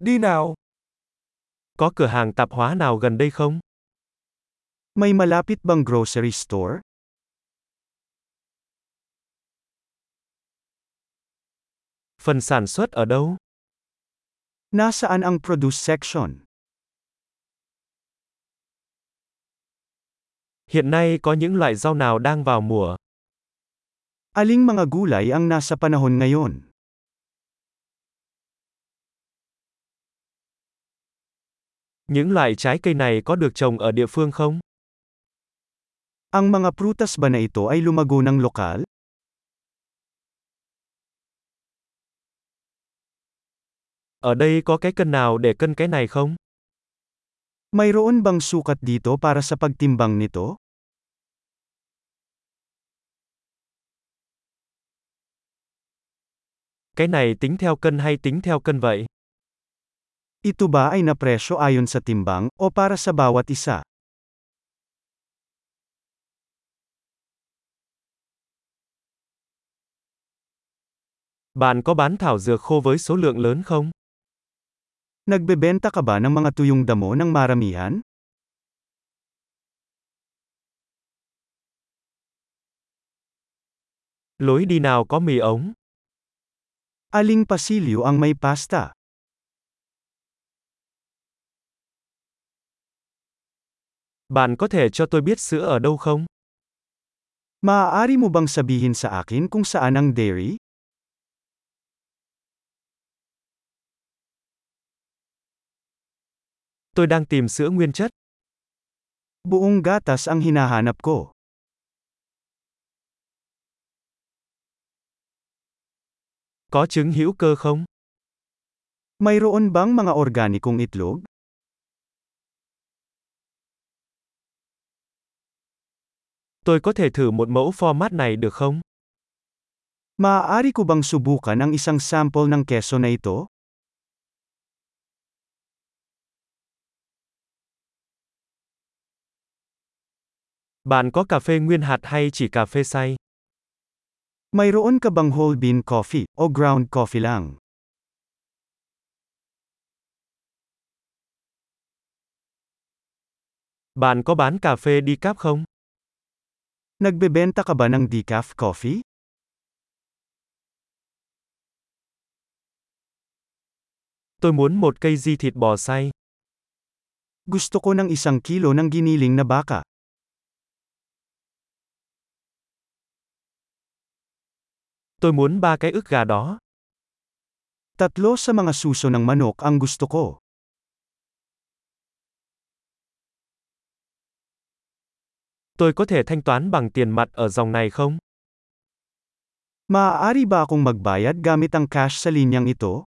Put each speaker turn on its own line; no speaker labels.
Đi nào.
Có cửa hàng tạp hóa nào gần đây không?
May malapit bang grocery store?
Phần sản xuất ở đâu?
Nasaan ang produce section?
Hiện nay có những loại rau nào đang vào mùa?
Aling mga gulay ang nasa panahon ngayon?
Những loại trái cây này có được trồng ở địa phương không?
Ang mga prutas ba na ito ay lumago ng lokal?
Ở đây có cái cân nào để cân cái này không?
Mayroon bang sukat dito para sa pagtimbang nito?
Cái này tính theo cân hay tính theo cân vậy?
Ito ba ay napresyo ayon sa timbang o para sa bawat isa?
Bạn có bán thảo dược khô với số lượng lớn không?
Nagbebenta ka ba ng mga tuyong damo ng maramihan?
Lối đi nào có mì ống?
Aling pasilyo ang may pasta?
Bạn có thể cho tôi biết sữa ở đâu không?
Maaari mo bang sabihin sa akin kung saan ang dairy?
Tôi đang tìm sữa nguyên chất.
Buong gatas ang hinahanap ko.
Có trứng hữu cơ không?
Mayroon bang mga organikong itlog?
Tôi có thể thử một mẫu format này được không?
Maaari ko bang subukan ang isang sample ng keso na ito?
Bạn có cà phê nguyên hạt hay chỉ cà phê xay?
Mayroon ka bang whole bean coffee o ground coffee lang?
Bạn có bán cà phê decaf không?
Nagbebenta ka ba ng decaf coffee?
Tôi muốn một cây di thịt bò xay.
Gusto ko ng isang kilo ng giniling na baka.
Tôi muốn ba cái ức gà đó.
Tatlo sa mga suso ng manok ang gusto ko.
Tôi có thể thanh toán bằng tiền mặt ở dòng này không?
Maaari ba akong magbayad gamit ang cash sa linyang ito?